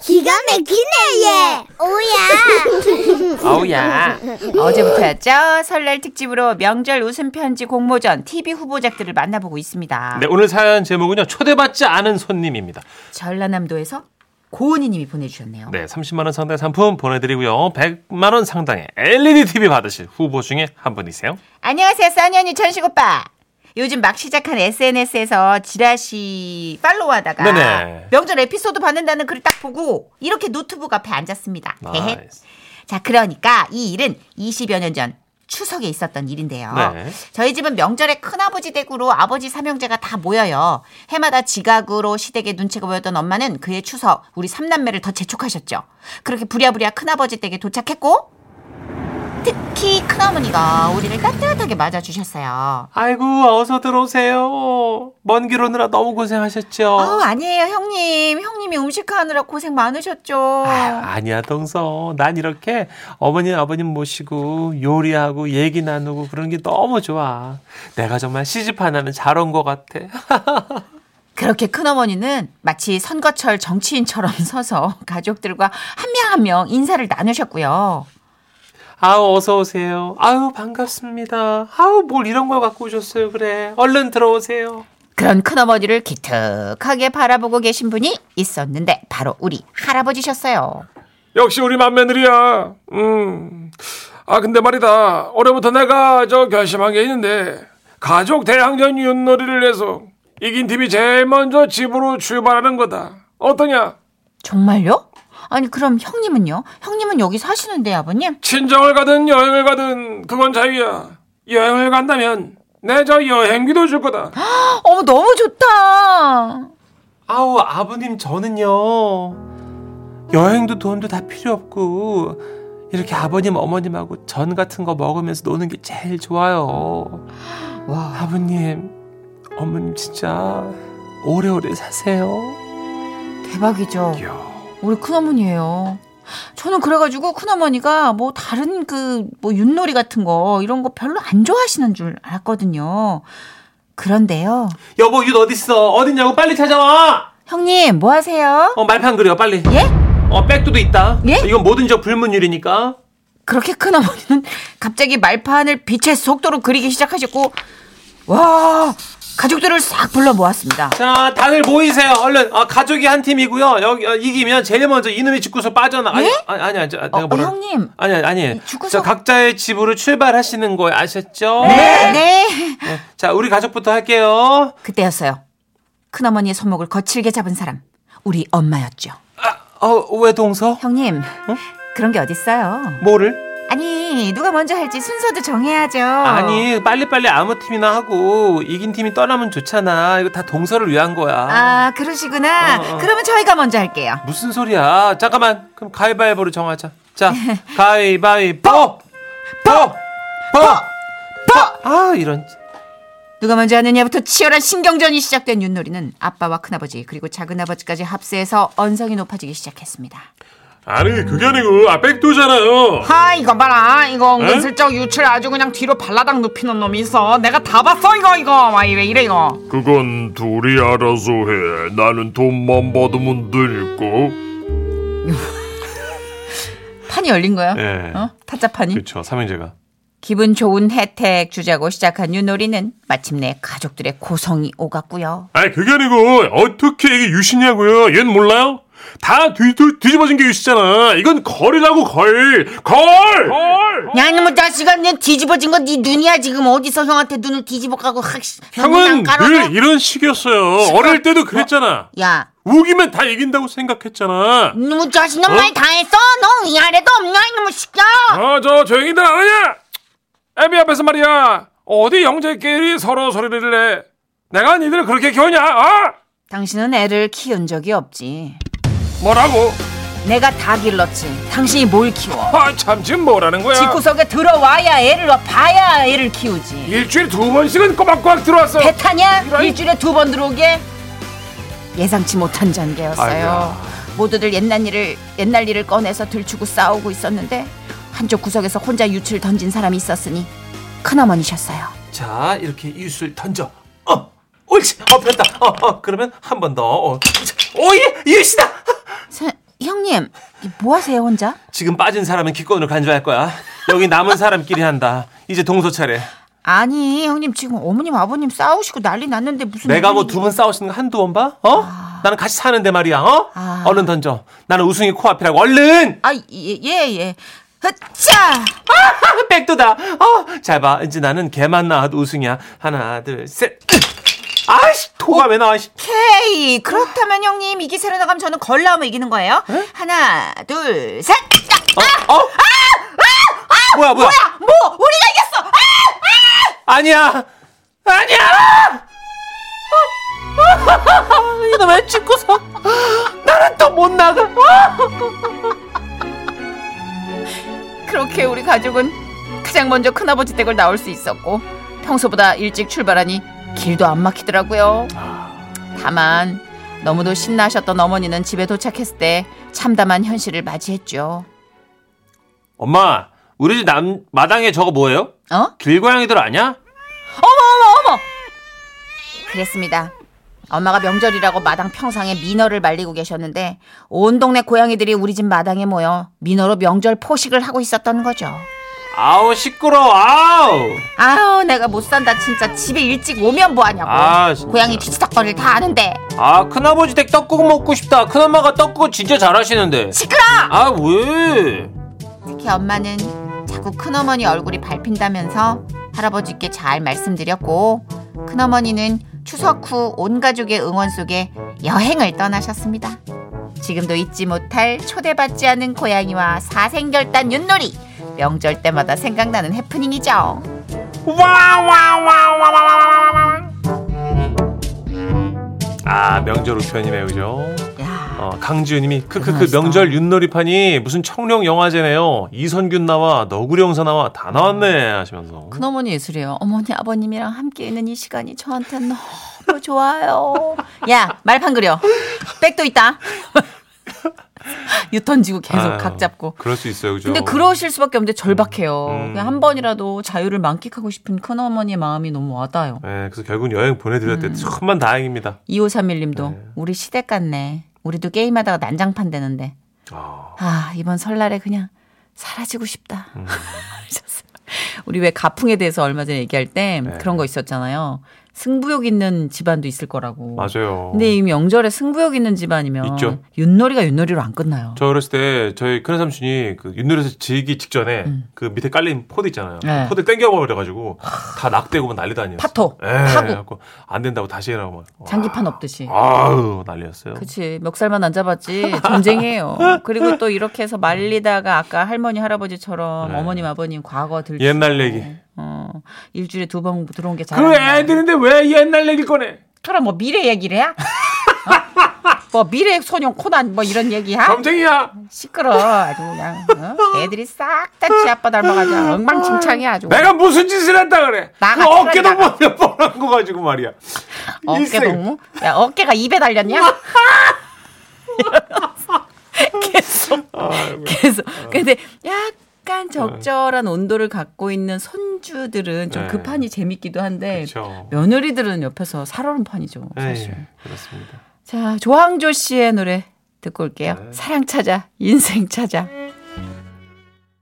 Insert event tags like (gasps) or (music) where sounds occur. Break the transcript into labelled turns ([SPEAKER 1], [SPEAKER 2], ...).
[SPEAKER 1] 기가 막히네 얘. 오야.
[SPEAKER 2] (laughs) 어우야. 어제부터였죠. 설날 특집으로 명절 웃음 편지 공모전 TV 후보작들을 만나보고 있습니다.
[SPEAKER 3] 네, 오늘 사연 제목은요. 초대받지 않은 손님입니다.
[SPEAKER 2] 전라남도에서 고은이 님이 보내주셨네요.
[SPEAKER 3] 네, 30만 원 상당의 상품 보내드리고요. 100만 원 상당의 LED TV 받으실 후보 중에 한 분이세요.
[SPEAKER 2] 안녕하세요. 써니 언니 천식 오빠. 요즘 막 시작한 SNS에서 지라시 팔로우하다가
[SPEAKER 3] 네네.
[SPEAKER 2] 명절 에피소드 받는다는 글을 딱 보고 이렇게 노트북 앞에 앉았습니다.
[SPEAKER 3] 아,
[SPEAKER 2] 헤헤.
[SPEAKER 3] 나이스.
[SPEAKER 2] 자, 그러니까 이 일은 20여 년 전 추석에 있었던 일인데요.
[SPEAKER 3] 네.
[SPEAKER 2] 저희 집은 명절에 큰아버지 댁으로 아버지 삼형제가 다 모여요. 해마다 지각으로 시댁에 눈치가 보였던 엄마는 그해 추석 우리 삼남매를 더 재촉하셨죠. 그렇게 부랴부랴 큰아버지 댁에 도착했고 특히 큰어머니가 우리를 따뜻하게 맞아주셨어요.
[SPEAKER 3] 아이고, 어서 들어오세요. 먼 길 오느라 너무 고생하셨죠?
[SPEAKER 2] 어, 아니에요, 형님. 형님이 음식하느라 고생 많으셨죠.
[SPEAKER 3] 아, 니야 동서. 난 이렇게 어머니 아버님 모시고 요리하고 얘기 나누고 그런 게 너무 좋아. 내가 정말 시집 하나는 잘 온 것 같아.
[SPEAKER 2] 그렇게 큰어머니는 마치 선거철 정치인처럼 (laughs) 서서 가족들과 한 명 한 명 인사를 나누셨고요.
[SPEAKER 3] 아우 어서 오세요. 아우 반갑습니다. 아우 뭘 이런 걸 갖고 오셨어요 그래. 얼른 들어오세요.
[SPEAKER 2] 그런 큰어머니를 기특하게 바라보고 계신 분이 있었는데 바로 우리 할아버지셨어요.
[SPEAKER 4] 역시 우리 맏며느리야. 음. 아 근데 말이다. 올해부터 내가 저 결심한 게 있는데 가족 대항전 윷놀이를 해서 이긴 팀이 제일 먼저 집으로 출발하는 거다. 어떠냐?
[SPEAKER 2] 정말요? 아니 그럼 형님은요? 형님은 여기 사시는데 아버님?
[SPEAKER 4] 친정을 가든 여행을 가든 그건 자유야. 여행을 간다면 내 저 여행비도 줄 거다.
[SPEAKER 2] 어머 너무 좋다.
[SPEAKER 3] 아우 아버님 저는요 여행도 돈도 다 필요 없고 이렇게 아버님 어머님하고 전 같은 거 먹으면서 노는 게 제일 좋아요.
[SPEAKER 2] 와
[SPEAKER 3] 아버님 어머님 진짜 오래오래 사세요.
[SPEAKER 2] 대박이죠. 우리 큰어머니예요. 저는 그래가지고 큰어머니가 뭐 다른 그 뭐 윷놀이 같은 거 이런 거 별로 안 좋아하시는 줄 알았거든요. 그런데요,
[SPEAKER 3] 여보 윷 어딨어? 어딨냐고 빨리 찾아와.
[SPEAKER 2] 형님 뭐 하세요?
[SPEAKER 3] 어 말판 그려 빨리.
[SPEAKER 2] 예?
[SPEAKER 3] 어 백두도 있다.
[SPEAKER 2] 예?
[SPEAKER 3] 이건 뭐든지 불문율이니까.
[SPEAKER 2] 그렇게 큰 어머니는 갑자기 말판을 빛의 속도로 그리기 시작하셨고 와 가족들을 싹 불러 모았습니다.
[SPEAKER 3] 자, 다들 모이세요. 얼른. 아, 가족이 한 팀이고요. 여기 어, 이기면 제일 먼저 이놈의 집구서 빠져나. 아니,
[SPEAKER 2] 예?
[SPEAKER 3] 아니, 아니, 아니,
[SPEAKER 2] 어,
[SPEAKER 3] 내가
[SPEAKER 2] 어,
[SPEAKER 3] 뭐라.
[SPEAKER 2] 형님.
[SPEAKER 3] 아니, 아니, 아니.
[SPEAKER 2] 집구석-
[SPEAKER 3] 자, 각자의 집으로 출발하시는 거예요. 아셨죠?
[SPEAKER 2] 네. 네.
[SPEAKER 3] 네. 자, 우리 가족부터 할게요.
[SPEAKER 2] 그때였어요. 큰 어머니의 손목을 거칠게 잡은 사람 우리 엄마였죠.
[SPEAKER 3] 어, 왜 동서?
[SPEAKER 2] 형님 그런 게 어딨어요?
[SPEAKER 3] 뭐를?
[SPEAKER 2] 어? 아니 누가 먼저 할지 순서도 정해야죠.
[SPEAKER 3] 아니, 빨리빨리 아무 팀이나 하고 이긴 팀이 떠나면 좋잖아. 이거 다 동서를 위한 거야.
[SPEAKER 2] 아 그러시구나.
[SPEAKER 3] 어, 어.
[SPEAKER 2] 그러면 저희가 먼저 할게요.
[SPEAKER 3] 무슨 소리야? 잠깐만. 그럼 가위바위보로 정하자.
[SPEAKER 2] (laughs)
[SPEAKER 3] 자, 가위바위보! 보! 보! 보! 아, 이런.
[SPEAKER 2] 누가 먼저 하느냐부터 치열한 신경전이 시작된 윷놀이는 아빠와 큰아버지 그리고 작은아버지까지 합세해서 언성이 높아지기 시작했습니다.
[SPEAKER 4] (gasps) 아니 그게 아니고 아
[SPEAKER 3] 어.
[SPEAKER 4] 백두잖아요.
[SPEAKER 5] 아 이거 봐라 이거 은근슬쩍 유출 아주 그냥 뒤로 발라당 눕히는 놈이 있어 내가 다 봤어 이거 이거 와 이래 이래 이거
[SPEAKER 4] 그건 둘이 알아서 해. 나는 돈만 받으면 되니까.
[SPEAKER 2] 판이 열린 거예요?
[SPEAKER 3] 예.
[SPEAKER 2] 어? 타짜판이?
[SPEAKER 3] 그렇죠. 삼형제가.
[SPEAKER 2] 기분 좋은 혜택 주자고 시작한 윷놀이는 마침내 가족들의 고성이 오갔고요.
[SPEAKER 4] 아니 그게 아니고 어떻게 이게 유시냐고요? 얜 몰라요? 다 뒤, 뒤, 뒤집어진 게 유시잖아. 이건 거리라고 걸. 걸. 걸.
[SPEAKER 5] 야 이놈의 자식아 내 뒤집어진 건 네 눈이야 지금 어디서 형한테 눈을 뒤집어 까고 확
[SPEAKER 4] 형은 늘 이런 식이었어요. 어릴 때도 그랬잖아.
[SPEAKER 5] 야
[SPEAKER 4] 우기면 다 이긴다고 생각했잖아.
[SPEAKER 5] 이놈의 자식 넌말다 했어 너 위아래도 없냐 이놈의 새끼야
[SPEAKER 4] 어, 아저 조용히들 안 하냐? 애비 앞에서 말이야. 어디 형제끼리 서로 소리를 내. 내가 니들 그렇게 키우냐? 아?
[SPEAKER 2] 당신은 애를 키운 적이 없지.
[SPEAKER 4] 뭐라고?
[SPEAKER 2] 내가 다 길렀지. 당신이 뭘 키워?
[SPEAKER 4] 아 참 지금 뭐라는 거야?
[SPEAKER 2] 집구석에 들어와야 애를 와 봐야 애를 키우지.
[SPEAKER 4] 일주일에 두 번씩은 꼬박꼬박 들어왔어.
[SPEAKER 2] 배 타냐?
[SPEAKER 4] 이런-
[SPEAKER 2] 일주일에 두 번 들어오게? 예상치 못한 전개였어요. 모두들 옛날 일을 옛날 일을 꺼내서 들추고 싸우고 있었는데 한쪽 구석에서 혼자 유출 던진 사람이 있었으니 큰어머니셨어요.
[SPEAKER 3] 자, 이렇게 이웃을 던져. 어, 옳지. 어, 폈다. 어, 어. 그러면 한 번 더. 어. 옳지. 오, 예, 이웃이다.
[SPEAKER 2] 세- 형
[SPEAKER 6] 형님, 이게 뭐 하세요, 혼자?
[SPEAKER 3] 지금 빠진 사람은 기권으로 간주할 거야. 여기 남은 사람끼리 한다. 이제 동서 차례.
[SPEAKER 6] 아니, 형님 지금 어머님 아버님 싸우시고 난리 났는데 무슨
[SPEAKER 3] 내가 뭐
[SPEAKER 6] 일이-
[SPEAKER 3] 두 분 싸우시는 거 한두 번 봐? 어? 나는 같이 사는데 말이야. 어?
[SPEAKER 6] 아.
[SPEAKER 3] 얼른 던져. 나는 우승이 코앞이라고. 얼른!
[SPEAKER 6] 아, 예, 예. 예. 흐짜!
[SPEAKER 3] 아, 백도다. 어? 잘 봐. 이제 나는 개만 나와도 우승이야. 하나, 둘, 셋. 아이씨, 토가 왜 나와? 씨.
[SPEAKER 6] 오케이. 그렇다면 형님 이 기세로 나가면 저는 걸 나오면 이기는 거예요. 하나, 둘, 셋. 아,
[SPEAKER 3] 어? 뭐야, 뭐야?
[SPEAKER 6] 아, 뭐 우리가 이겼어. 아!
[SPEAKER 3] 아니야! 아니야! 아, 이놈의 집구석. 나는 또 못 나가. 아!
[SPEAKER 2] 아! 그렇게 우리 가족은 가장 먼저 큰아버지 댁을 나올 수 있었고 평소보다 일찍 출발하니 길도 안 막히더라고요. 다만 너무도 신나셨던 어머니는 집에 도착했을 때 참담한 현실을 맞이했죠.
[SPEAKER 3] 엄마, 우리 집 남, 마당에 저거 뭐예요?
[SPEAKER 2] 어?
[SPEAKER 3] 길고양이들 아니야?
[SPEAKER 2] 그랬습니다. 엄마가 명절이라고 마당 평상에 민어를 말리고 계셨는데 온 동네 고양이들이 우리 집 마당에 모여 민어로 명절 포식을 하고 있었던 거죠.
[SPEAKER 3] 아우, 시끄러워. 아우!
[SPEAKER 2] 아우 내가 못 산다 진짜 집에 일찍 오면 뭐하냐고
[SPEAKER 3] 아, 진짜.
[SPEAKER 2] 고양이 뒤치다거리를 다 아는데
[SPEAKER 3] 아, 큰아버지 댁 떡국 먹고 싶다. 큰엄마가 떡국 진짜 잘하시는데.
[SPEAKER 2] 시끄러!
[SPEAKER 3] 아, 왜?
[SPEAKER 2] 특히 엄마는 자꾸 큰어머니 얼굴이 밟힌다면서 할아버지께 잘 말씀드렸고 큰어머니는 추석 후 온 가족의 응원 속에 여행을 떠나셨습니다. 지금도 잊지 못할 초대받지 않은 고양이와 사생결단 윷놀이 명절 때마다 생각나는 해프닝이죠.
[SPEAKER 4] 음.
[SPEAKER 3] 아, 명절 우편이네요, 그죠?
[SPEAKER 2] 야.
[SPEAKER 3] 어, 강지우님이 크크크 명절 윷놀이판이 무슨 청룡 영화제네요. 이선균 나와 너구리 형사 나와 다 나왔네 하시면서.
[SPEAKER 2] 큰어머니 예술이에요. 어머니 아버님이랑 함께 있는 이 시간이 저한테 너무 좋아요. 야 말판 그려. 백도 있다. (laughs) 유턴 지고 계속
[SPEAKER 3] 아유,
[SPEAKER 2] 각 잡고.
[SPEAKER 3] 그럴 수 있어요, 그죠?
[SPEAKER 2] 근데 그러실 수밖에 없는데 절박해요.
[SPEAKER 3] 음.
[SPEAKER 2] 그냥 한 번이라도 자유를 만끽하고 싶은 큰어머니의 마음이 너무 와닿아요.
[SPEAKER 3] 네, 그래서 결국 여행
[SPEAKER 2] 음.
[SPEAKER 3] 보내드렸대. 천만 다행입니다.
[SPEAKER 2] 2531님도
[SPEAKER 3] 네.
[SPEAKER 2] 우리 시댁 같네. 우리도 게임하다가 난장판 되는데.
[SPEAKER 3] 아,
[SPEAKER 2] 아 이번 설날에 그냥 사라지고 싶다.
[SPEAKER 3] 음.
[SPEAKER 2] (laughs) 하셨어요. 우리 왜 가풍에 대해서 얼마 전에 얘기할 때
[SPEAKER 3] 네.
[SPEAKER 2] 그런 거 있었잖아요. 승부욕 있는 집안도 있을 거라고.
[SPEAKER 3] 맞아요.
[SPEAKER 2] 근데 이 명절에 승부욕 있는 집안이면
[SPEAKER 3] 있죠.
[SPEAKER 2] 윷놀이가 윷놀이로 안 끝나요.
[SPEAKER 3] 저 어렸을 때 저희 큰 삼촌이 그 윷놀이에서 지기 직전에
[SPEAKER 2] 음.
[SPEAKER 3] 그 밑에 깔린 포드 있잖아요.
[SPEAKER 2] 네.
[SPEAKER 3] 포드 땡겨버려가지고 다 낙대고 막 난리 다녔어요.
[SPEAKER 2] 파토,
[SPEAKER 3] 예,
[SPEAKER 2] 파고.
[SPEAKER 3] 그래갖고 안 된다고 다시 해라고 막. 와,
[SPEAKER 2] 장기판 없듯이.
[SPEAKER 3] 아우 난리였어요.
[SPEAKER 2] 그치 멱살만 안 잡았지
[SPEAKER 3] (laughs)
[SPEAKER 2] 전쟁이에요. 그리고 또 이렇게 해서 말리다가 아까 할머니 할아버지처럼
[SPEAKER 3] 네.
[SPEAKER 2] 어머님 아버님 과거 들기
[SPEAKER 3] 옛날 얘기.
[SPEAKER 2] 어, 일주일에 두 번 들어온 게 잘.
[SPEAKER 7] 그 애들인데 왜 옛날 얘기를 꺼내?
[SPEAKER 2] 그럼 뭐 미래 얘기를 해? 어? 뭐 미래 소년 코난 뭐 이런 얘기야?
[SPEAKER 7] 점쟁이야.
[SPEAKER 2] 시끄러 아주 그냥 어? 애들이 싹 다 지아빠 닮아가지고
[SPEAKER 3] (laughs)
[SPEAKER 2] 엉망진창이야 아주
[SPEAKER 7] 내가 무슨 짓을 했다 그래?
[SPEAKER 2] 나가,
[SPEAKER 7] 그 어깨도
[SPEAKER 2] 나가.
[SPEAKER 7] 보면 뻔한 거 가지고 말이야.
[SPEAKER 2] 어깨
[SPEAKER 7] 일생.
[SPEAKER 2] 동무 야 어깨가 입에 달렸냐? (laughs) 계속 계속 근데 약간 적절한 온도를 갖고 있는 손주들은 좀
[SPEAKER 3] 네.
[SPEAKER 2] 급하니 재밌기도 한데
[SPEAKER 3] 그렇죠.
[SPEAKER 2] 며느리들은 옆에서 살얼음 판이죠
[SPEAKER 3] 네.
[SPEAKER 2] 사실.
[SPEAKER 7] 네,
[SPEAKER 3] 에이, 그렇습니다.
[SPEAKER 2] 자, 조항조 씨의 노래 듣고 올게요. 사랑 찾아, 인생 찾아.